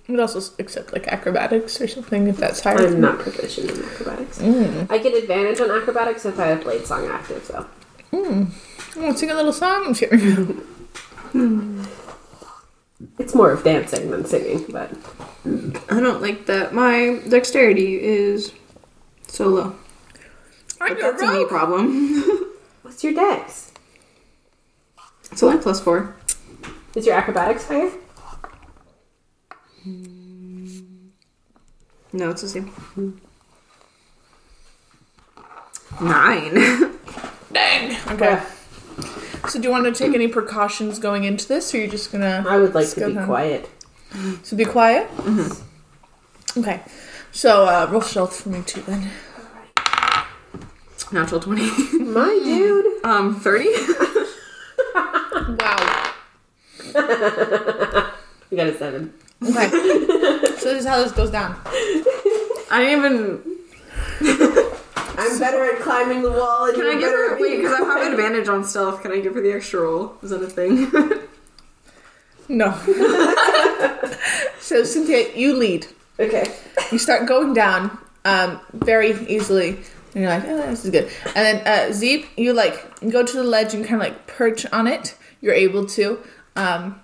You could also accept like acrobatics or something if that's higher.
I'm not proficient in acrobatics. I get advantage on acrobatics if I have blade song active though.
want to sing a little song? I'm just kidding.
It's more of dancing than singing, but
I don't like that. My dexterity is so low.
I
But
got
that's a me
rope.
problem.
what's your dex?
It's only plus four.
Is your acrobatics higher?
No, it's the same. Nine.
Dang. Okay. So do you want to take any precautions going into this, or you're just gonna?
I would like to
Skill
be
count.
quiet.
So be quiet.
Mm-hmm.
Okay. So uh, roll stealth for me too then.
Natural twenty.
My dude.
Um, thirty.
Wow.
We got a seven.
Okay. so this is how this goes down.
I didn't even.
I'm better at climbing the wall. And
Can I
you're
give
better
her?
at
Wait,
being-
because I have advantage on stealth. Can I give her the extra roll? Is that a thing?
No. so Cynthia, you lead.
Okay.
You start going down um, very easily. And you're like, oh, this is good. And then uh, Zeep, you like go to the ledge and kind of like perch on it. You're able to. Um,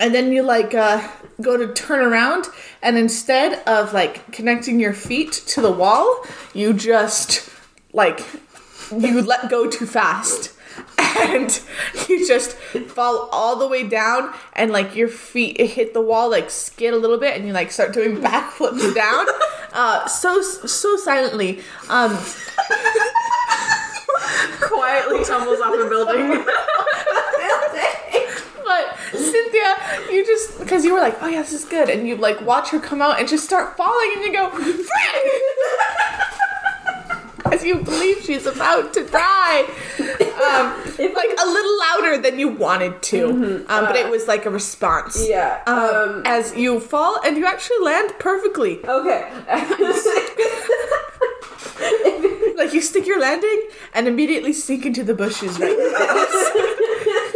and then you like uh, go to turn around, and instead of like connecting your feet to the wall, you just like you let go too fast, and you just fall all the way down and like your feet hit the wall like skid a little bit and you like start doing backflips down uh, so so silently um,
Quietly tumbles off a building.
But Cynthia, you just because you were like, oh yeah, this is good, and you like watch her come out and just start falling, and you go, Frick! as you believe she's about to die, um, like a little louder than you wanted to, um, but it was like a response.
Mm-hmm. Uh, Yeah.
Um,
Um.
as you fall and you actually land perfectly,
Okay.
like you stick your landing and immediately sink into the bushes. Right. above us.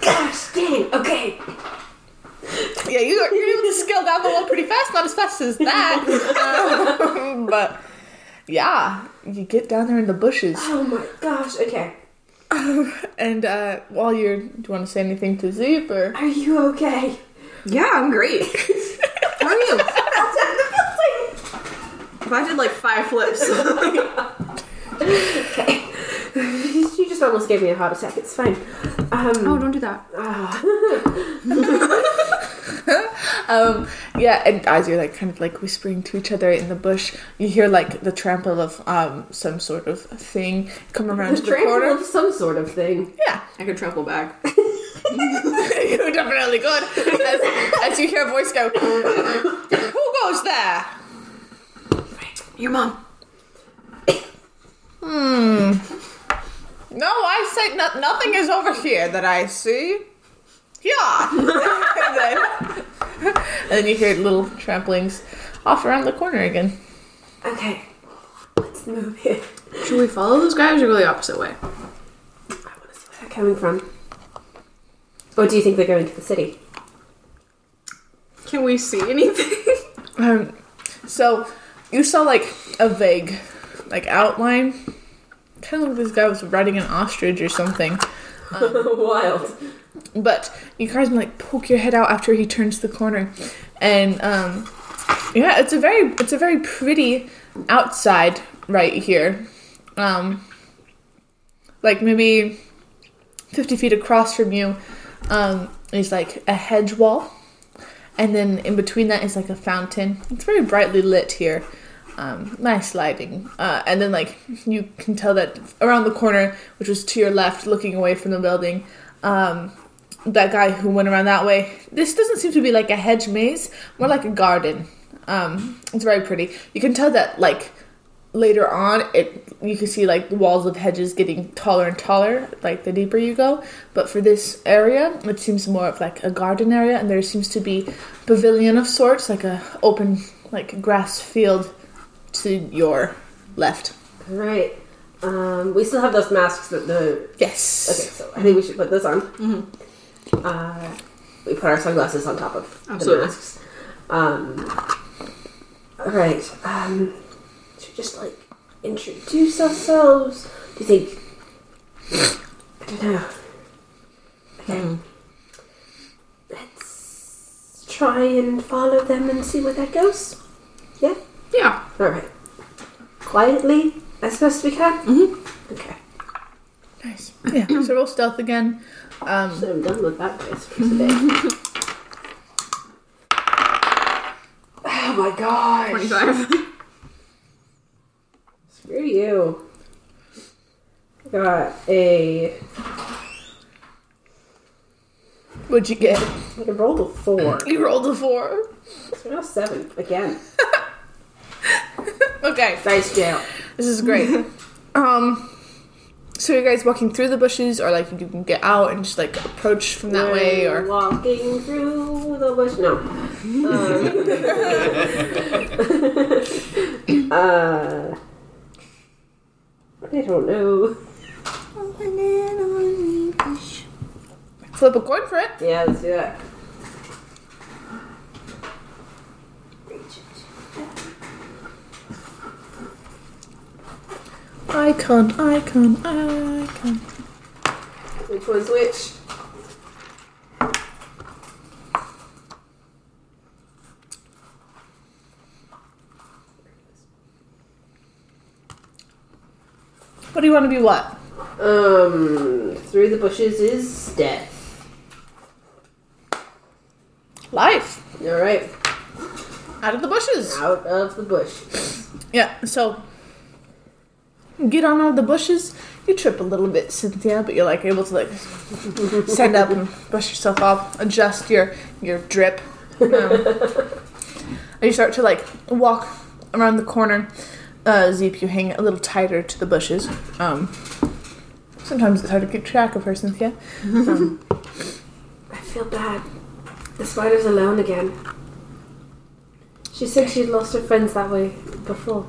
Gosh dang. Okay.
yeah, you are, you're able to scale down the wall pretty fast, not as fast as that, Um, but. Yeah, you get down there in the bushes.
Oh my gosh. Okay.
And uh, while you're, do you want to say anything to Zeep or?
Are you okay?
yeah, I'm great. How are you? I did like five flips.
Okay. you just almost gave me a heart attack. It's fine. Um. uh,
oh, don't do that.
Um, yeah, and as you're like kind of like whispering to each other in the bush, you hear like the trample of um some sort of thing come
The
around to the corner.
trample of some sort of thing.
Yeah,
I could trample back.
you definitely could. As, as you hear a voice go, "Who goes there?"
Your mom.
Hmm. No, I said no- nothing is over here that I see. Yeah. and, then, and then you hear little tramplings off around the corner again.
Okay. Let's move here.
Should we follow those guys or go the opposite way?
I want to see where they're coming from. Or do you think they're going to the city?
Can we see anything?
Um, so you saw like a vague, like outline. Kind of like this guy was riding an ostrich or something.
Wild.
But you guys can like poke your head out after he turns the corner, and um, yeah, it's a very it's a very pretty outside right here. Um, like maybe fifty feet across from you um, is like a hedge wall, and then in between that is like a fountain. It's very brightly lit here. Um, nice lighting, uh, and then like you can tell that around the corner, which was to your left, looking away from the building, um, that guy who went around that way. This doesn't seem to be like a hedge maze, more like a garden. Um, it's very pretty. You can tell that like later on, it you can see like the walls of hedges getting taller and taller, like the deeper you go. But for this area, it seems more of like a garden area, and there seems to be pavilion of sorts, like a open like grass field to your left.
Right. Um, we still have those masks that the.
Yes.
Okay, so I think we should put this on.
Mm-hmm.
Uh, we put our sunglasses on top of
Absolutely.
the masks. Um, all right. Um, should we just like introduce ourselves? Do you think? I don't know. Okay.
Hmm. Mm-hmm.
Let's try and follow them and see where that goes. Yeah.
Yeah.
All right. Quietly, as best we can. Okay.
Nice. Yeah. so roll stealth again. Um,
So I'm done with that place for today. oh Oh my gosh.
25.
Screw you. Got a.
what'd you get?
I rolled a four.
You rolled a four.
So now seven again.
Okay,
Nice jail.
this is great. um, so you guys walking through the bushes, or like you can get out and just like approach from that way,
We're
or
walking through the bush. No. Um, uh, I don't know.
flip a coin for it.
Yeah, let's do that.
Icon, icon, icon.
Which one's which?
What do you want to be? What?
Um, through the bushes is death.
Life
All right,
out of the bushes.
out of the bush.
Yeah. So you get on out of the bushes. You trip a little bit, Cynthia, but you're like able to like stand up and brush yourself off, adjust your your drip. Um, and you start to like walk around the corner. Uh, Zeep, you hang a little tighter to the bushes. Um, sometimes it's hard to keep track of her, Cynthia.
I feel bad. The spider's alone again. She said she'd lost her friends that way before.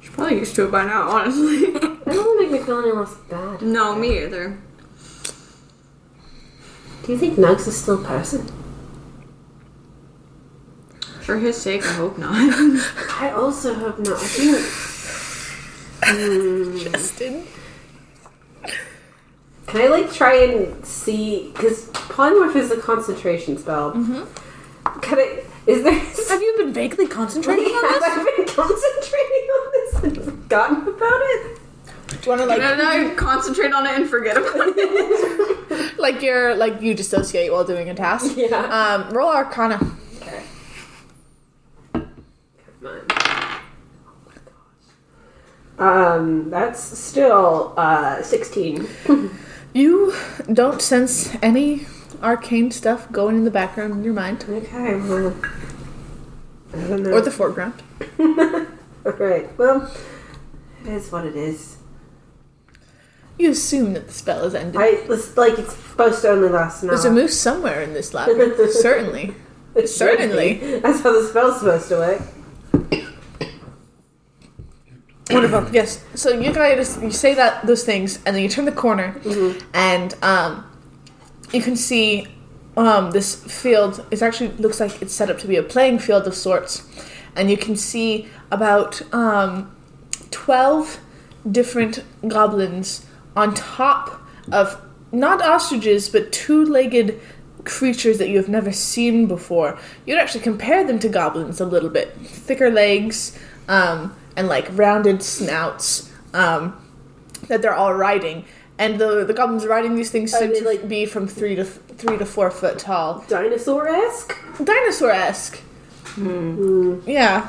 She's probably used to it by now, honestly.
That doesn't make me feel any less bad.
no, me either.
Do you think Nugs is still a person?
For his sake, I hope not.
I also hope not. I think.
Justin.
Can I like try and see? Because polymorph is a concentration spell.
Mm-hmm.
Can I? Is there?
Have you been vaguely concentrating on
Have
this?
I been concentrating on this and forgotten about it?
Do you want to like
and I concentrate on it and forget about it.
like you're like you dissociate while doing a task?
Yeah.
Um, roll Arcana.
Okay. Come on. Um, that's still uh, 16.
You don't sense any arcane stuff going in the background in your mind
Okay, well. I don't know.
or the foreground.
Alright, well, it is what it is.
You assume that the spell is ended.
I, it's like, it's supposed to only last an
There's a
hour.
moose somewhere in this labyrinth. Certainly.
It should be.
certainly.
That's how the spell's supposed to work.
Wonderful. Yes. So you guys you say that those things, and then you turn the corner, and um, you can see um, this field. It actually looks like it's set up to be a playing field of sorts, and you can see about um, twelve different goblins on top of not ostriches but two-legged creatures that you have never seen before. You'd actually compare them to goblins a little bit, thicker legs um, and like rounded snouts um, that they're all riding. And the the goblins riding these things
Are
seem
they,
to
like-
be from three to three to four foot tall,
Dinosaur esque?
dinosaur esque. Yeah,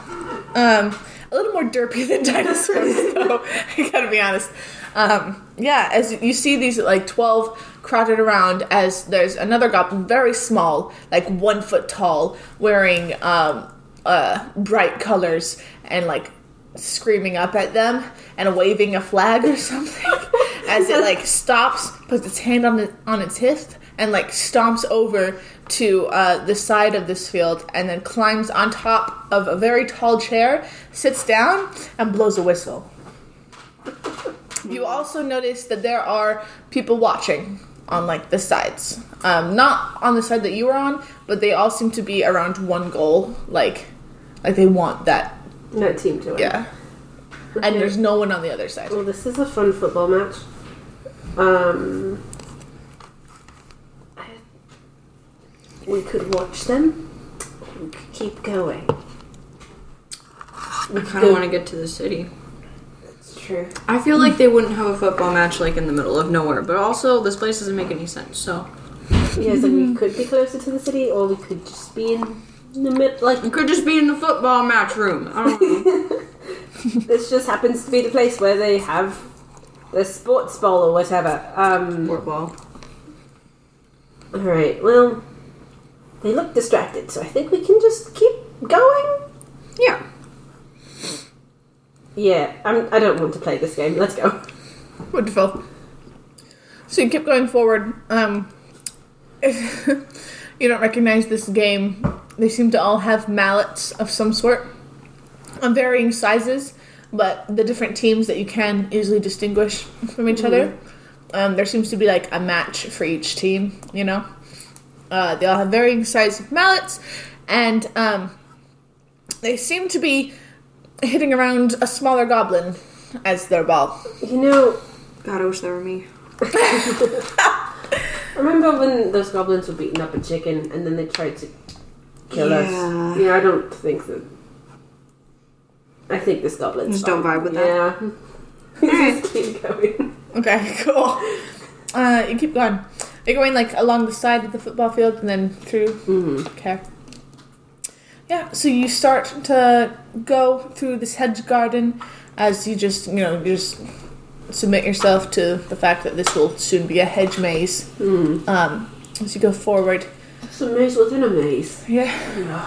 um, a little more derpy than dinosaurs, though. I gotta be honest. Um, yeah, as you see these like twelve crowded around, as there's another goblin, very small, like one foot tall, wearing um, uh, bright colors and like screaming up at them and waving a flag or something as it like stops puts its hand on it on its hip and like stomps over to uh, the side of this field and then climbs on top of a very tall chair sits down and blows a whistle you also notice that there are people watching on like the sides um, not on the side that you were on but they all seem to be around one goal like like they want that
No team to it.
yeah. And there's no one on the other side.
Well, this is a fun football match. Um, I- we could watch them. We could keep going.
I kind of want to get to the city.
That's true.
I feel like they wouldn't have a football match like in the middle of nowhere, but also this place doesn't make any sense. So
Yeah, so we could be closer to the city, or we could just be in the mid. Like
it could just be in the football match room. I don't know.
this just happens to be the place where they have the sports ball or whatever. Um.
football.
All right. Well, they look distracted, so I think we can just keep going.
Yeah.
Yeah, I'm, I don't want to play this game. Let's go.
Wonderful. So you keep going forward. Um, you don't recognize this game. They seem to all have mallets of some sort, of varying sizes, but the different teams that you can easily distinguish from each other. Um, there seems to be like a match for each team, you know? Uh, they all have varying sizes of mallets, and um, they seem to be hitting around a smaller goblin as their ball.
You know,
God, I wish they were me.
I remember when those goblins were beating up a chicken and then they tried to kill
Yeah.
us. Yeah, I don't think that. I think this goblin's
Just don't
fine.
vibe with
yeah. Just keep going.
Okay, cool. Uh, you keep going. You're going like along the side of the football field and then through.
Mm.
Mm-hmm.
Okay. Yeah, so you start to go through this hedge garden as you just, you know, you just submit yourself to the fact that this will soon be a hedge maze.
Mm-hmm.
Mm.
Um, as you go forward,
It's a maze within a maze.
yeah,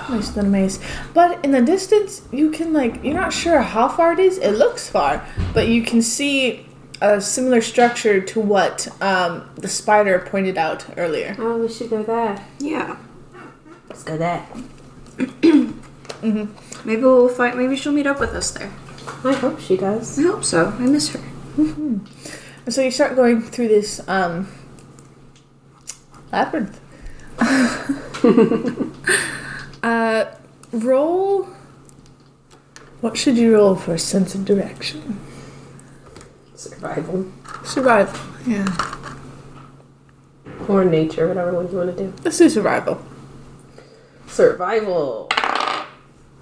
nice than a maze. But in the distance, you can like you're not sure how far it is. It looks far, but you can see a similar structure to what um, the spider pointed out earlier.
Oh, we should go there.
Yeah.
Let's go there.
Maybe we'll find. Maybe she'll meet up with us there.
I hope she does.
I hope so. I miss her.
And so you start going through this um, labyrinth. uh, roll. What should you roll for a sense of direction?
Survival
Survival. Yeah.
or nature, whatever one you want to do.
Let's do survival.
Survival.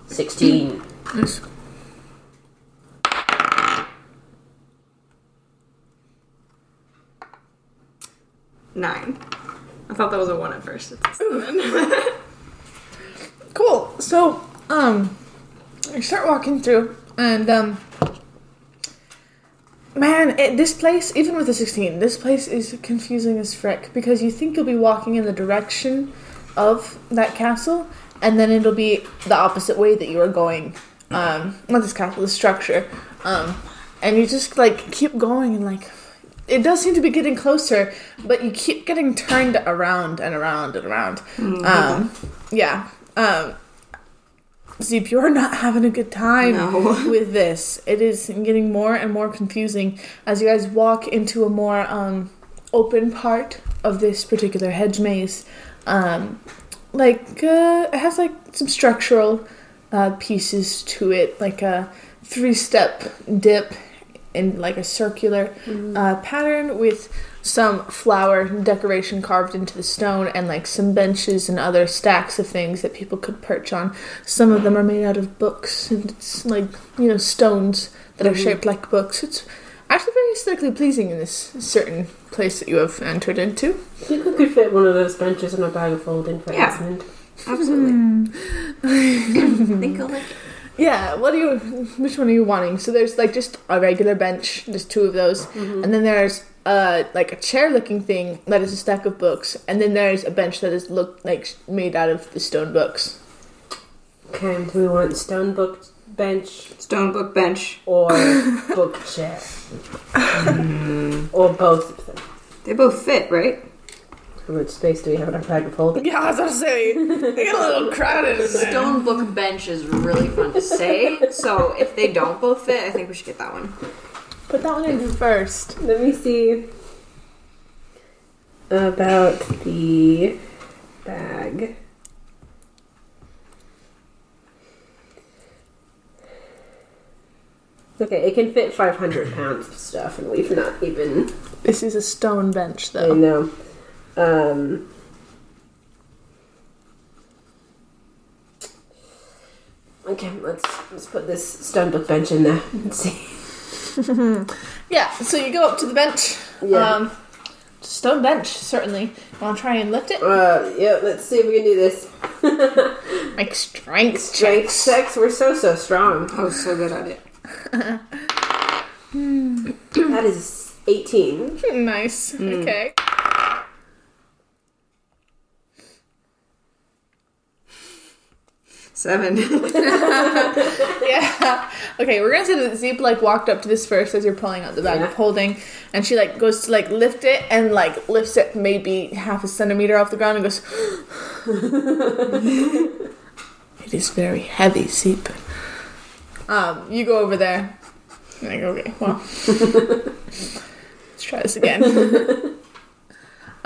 Sixteen.
Nice.
Nine. I thought that was a one at first. It's
Cool. So, um, I start walking through, and um, man, it, this place, even with a sixteen, this place is confusing as frick because you think you'll be walking in the direction of that castle, and then it'll be the opposite way that you are going. Um, not this castle, the structure. Um, and you just like keep going and like. It does seem to be getting closer, but you keep getting turned around and around and around.
Hmm. Uh-huh.
Um, yeah. Um, Zeep, you're not having a good time
No.
with this. It is getting more and more confusing as you guys walk into a more um, open part of this particular hedge maze. Um, like, uh, it has like some structural uh, pieces to it, like a three step dip in like a circular uh, pattern with some flower decoration carved into the stone and like some benches and other stacks of things that people could perch on. Some of them are made out of books and it's like, you know, stones that are shaped like books. It's actually very aesthetically pleasing in this certain place that you have entered into.
I think we could fit one of those benches in a bag of folding for
Yeah.
Esmond.
Absolutely. I think I'll like
Yeah, what are you which one are you wanting? So there's like just a regular bench, there's two of those. And then there's uh like a chair looking thing that is a stack of books, and then there's a bench that is look like made out of the stone books.
Okay, do we want stone book bench
stone book bench.
or book chair? or both of them?
They both fit, right?
How much space do we have in our bag of folding?
Yeah, I was gonna say they get a little crowded.
Stone book bench is really fun to say. So if they don't both fit, I think we should get that one.
Put that one in first.
Let me see about the bag. Okay, it can fit 500 pounds of stuff, and we've not even.
This is a stone bench
I
though.
know. Um, okay, let's let's put this stone book bench in there and see.
Yeah, so you go up to the bench.
Yeah.
Um stone bench, certainly. Wanna try and lift it?
Uh, yeah, let's see if we can do this.
Like strength
Strength
checks.
sex, we're so so strong.
I was so good at it.
That is 18.
Nice.
Mm.
Okay.
Seven.
yeah. Okay, we're gonna say that Zeep like walked up to this first as you're pulling out the bag of
Yeah.
holding, and she like goes to like lift it and like lifts it maybe half a centimeter off the ground and goes. it is very heavy, Zeep. Um, you go over there. and I go, okay, well, let's try this again.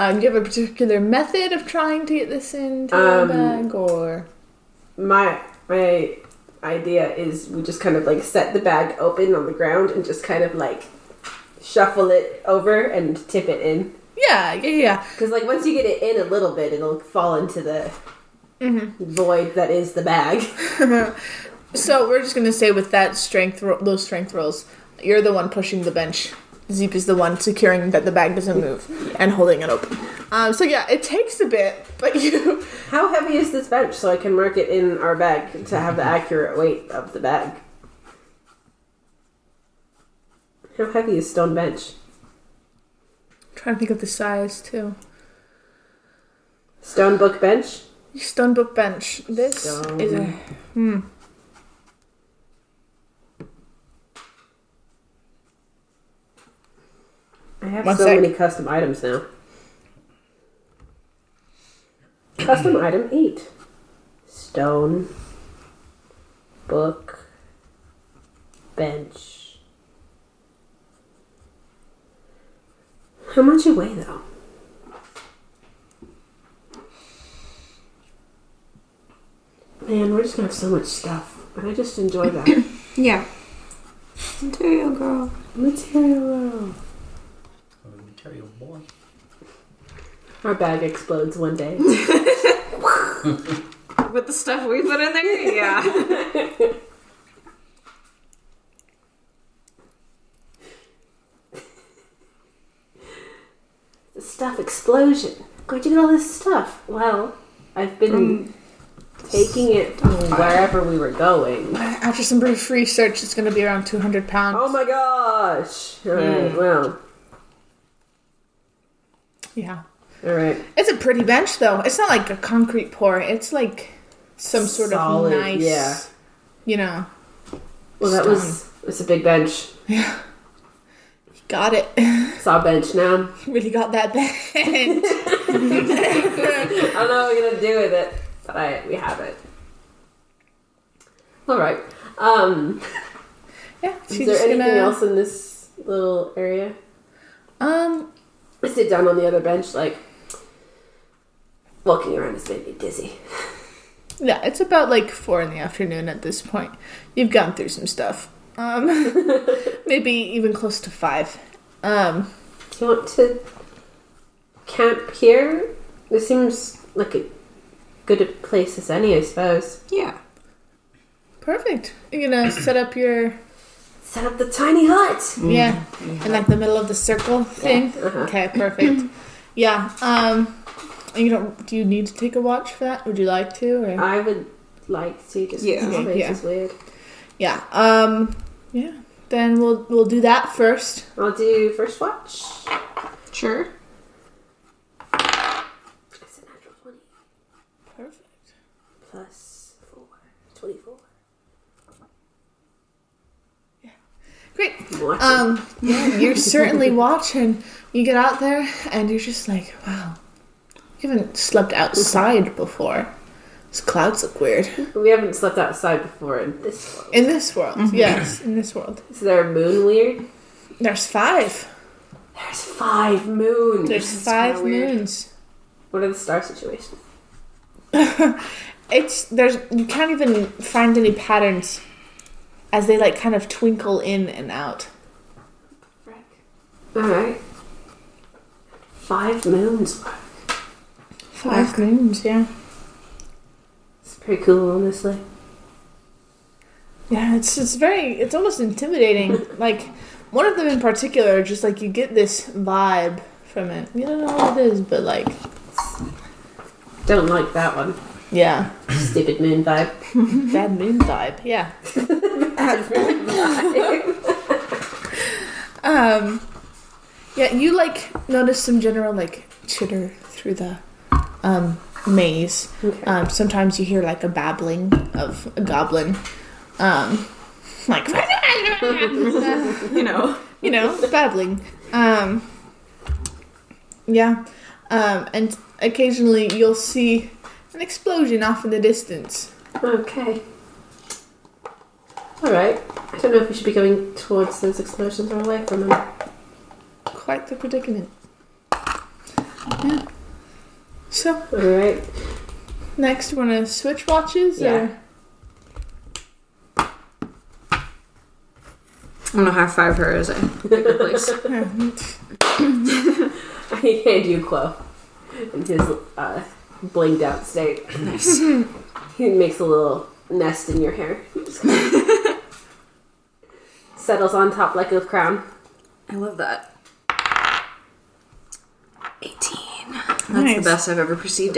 Um, do you have a particular method of trying to get this into the
Um,
bag, or
My my idea is we just kind of like set the bag open on the ground and just kind of like shuffle it over and tip it in.
yeah, yeah, yeah.
Because like once you get it in a little bit, it'll fall into the
Mm-hmm.
void that is the bag.
So we're just gonna say with that strength, ro- those strength rolls, You're the one pushing the bench. Zeep is the one securing that the bag doesn't move and holding it open. Um, so yeah, it takes a bit, but you
How heavy is this bench so I can mark it in our bag to have the accurate weight of the bag? How heavy is stone bench?
trying to think of the size too.
Stone book bench?
Stone book bench. This
Stone.
is a hmm.
I have
One
so
sec.
many custom items now. custom item eight. Stone. Book. Bench. How much you weigh though? Man, we're just gonna have so much stuff. And I just enjoy that.
Yeah. Material girl.
Material.
Material boy.
Our bag explodes one day.
With the stuff we put in there? Yeah.
The stuff explosion. Where'd you get all this stuff? Well, I've been taking it from wherever we were going.
After some brief research, it's going to be around 200 pounds.
Oh my gosh! Alright, well,
Yeah.
alright.
It's a pretty bench, though. It's not like a concrete pour. It's like some sort
Solid,
of nice,
yeah.
you know,
Well, that was it's a big bench.
got it.
Saw bench now.
really got that bench.
I don't know what we're gonna do with it, but I we have it. Alright. Um,
yeah.
is
she's
there
just
anything
gonna-
else in this little area?
Um,
I sit down on the other bench, like, walking around has made me dizzy.
yeah, it's about like four in the afternoon at this point. You've gone through some stuff. Um, maybe even close to five. Um,
Do you want to camp here? This seems like a good a place as any, I suppose.
yeah.
perfect. You're gonna set up your
Set up the tiny hut.
yeah, in like the middle of the circle thing. Okay, perfect. yeah. Um, and you don't. Do you need to take a watch for that? Would you like to? Or?
I would like to just
Yeah.
yeah. this
Okay,
place
yeah.
is weird.
Yeah. Um. Yeah. Then we'll we'll do that first.
I'll do first watch.
Sure.
It's a natural twenty
Perfect.
plus four. Twenty-four.
Great.
I'm watching.
Um. Yeah. You're certainly watching. You get out there and you're just like, wow. You haven't slept outside before. These clouds look weird.
we haven't slept outside before in this world.
In this world,
Mm-hmm.
yes. In this world,
Is there a moon weird?
there's five.
There's five moons.
There's
is
five
kinda weird.
moons.
What are the star situations?
It's there's you can't even find any patterns, as they like kind of twinkle in and out.
Alright. Five moons.
Five moons, yeah.
It's pretty cool, honestly.
Yeah, it's it's very it's almost intimidating. like one of them in particular, just like you get this vibe from it. You don't know what it is, but like
Don't like that one.
yeah,
Stupid moon vibe.
bad moon vibe. Yeah. Um, yeah, you like notice some general like chitter through the um maze.
Okay.
Um, sometimes you hear like a babbling of a goblin. Um, like
You know.
you know, babbling. Um, yeah, um, and occasionally you'll see an explosion off in the distance.
Okay. Alright. I don't know if we should be going towards those explosions or away from them.
Quite the predicament. Yeah. So
Alright.
next, want to switch watches?
Yeah.
Or?
I'm gonna high five her as I pick a place.
I hand you Quo in his uh, blinged out state.
Nice.
He makes a little nest in your hair. settles on top like a crown.
I love that. 18. That's the
Nice.
best I've ever perceived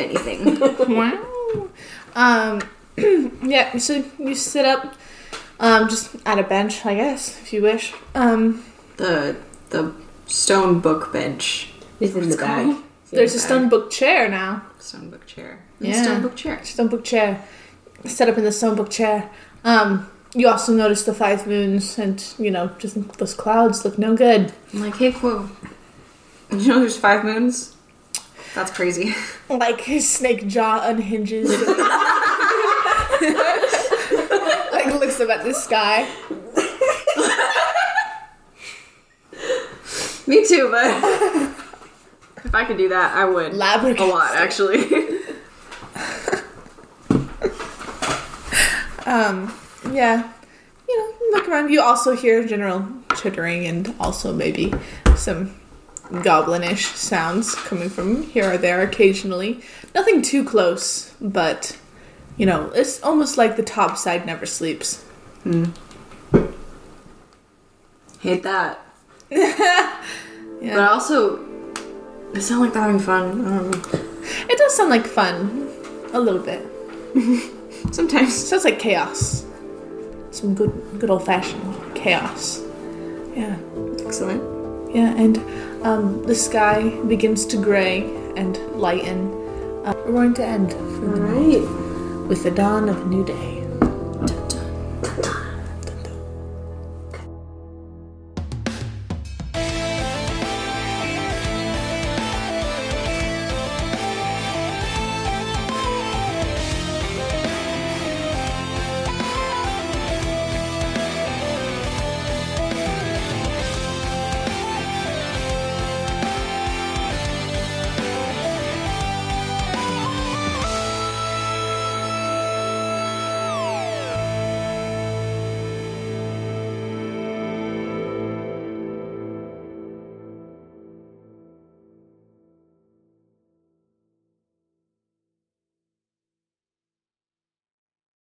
anything.
wow. Um, yeah, so you sit up, um, just at a bench, I guess, if you wish. Um,
the the stone book bench.
Is in the bag.
there's a stone book chair now.
Stone book chair.
Yeah.
Stone book chair.
Stone book chair. Set up in the stone book chair. Um, you also notice the five moons, and you know, just those clouds look no good.
I'm like, hey, whoa. You know there's five moons? That's crazy.
Like his snake jaw unhinges. like looks up at the sky.
Me too, but if I could do that, I would. A
Labrador.
lot, actually.
Um, yeah. You know, look around. You also hear general chittering and also maybe some goblinish sounds coming from here or there occasionally. Nothing too close, but you know, it's almost like the top side never sleeps.
Hate that.
Yeah.
But also, it sounds like they're having fun. Um,
it does sound like fun. A little bit.
sometimes.
Sounds like chaos. Some good good old fashioned chaos. Yeah.
Excellent.
Yeah, and um, the sky begins to grey and lighten. Uh, we're going to end for the night
Right.
with the dawn of a new day.
Dun, dun,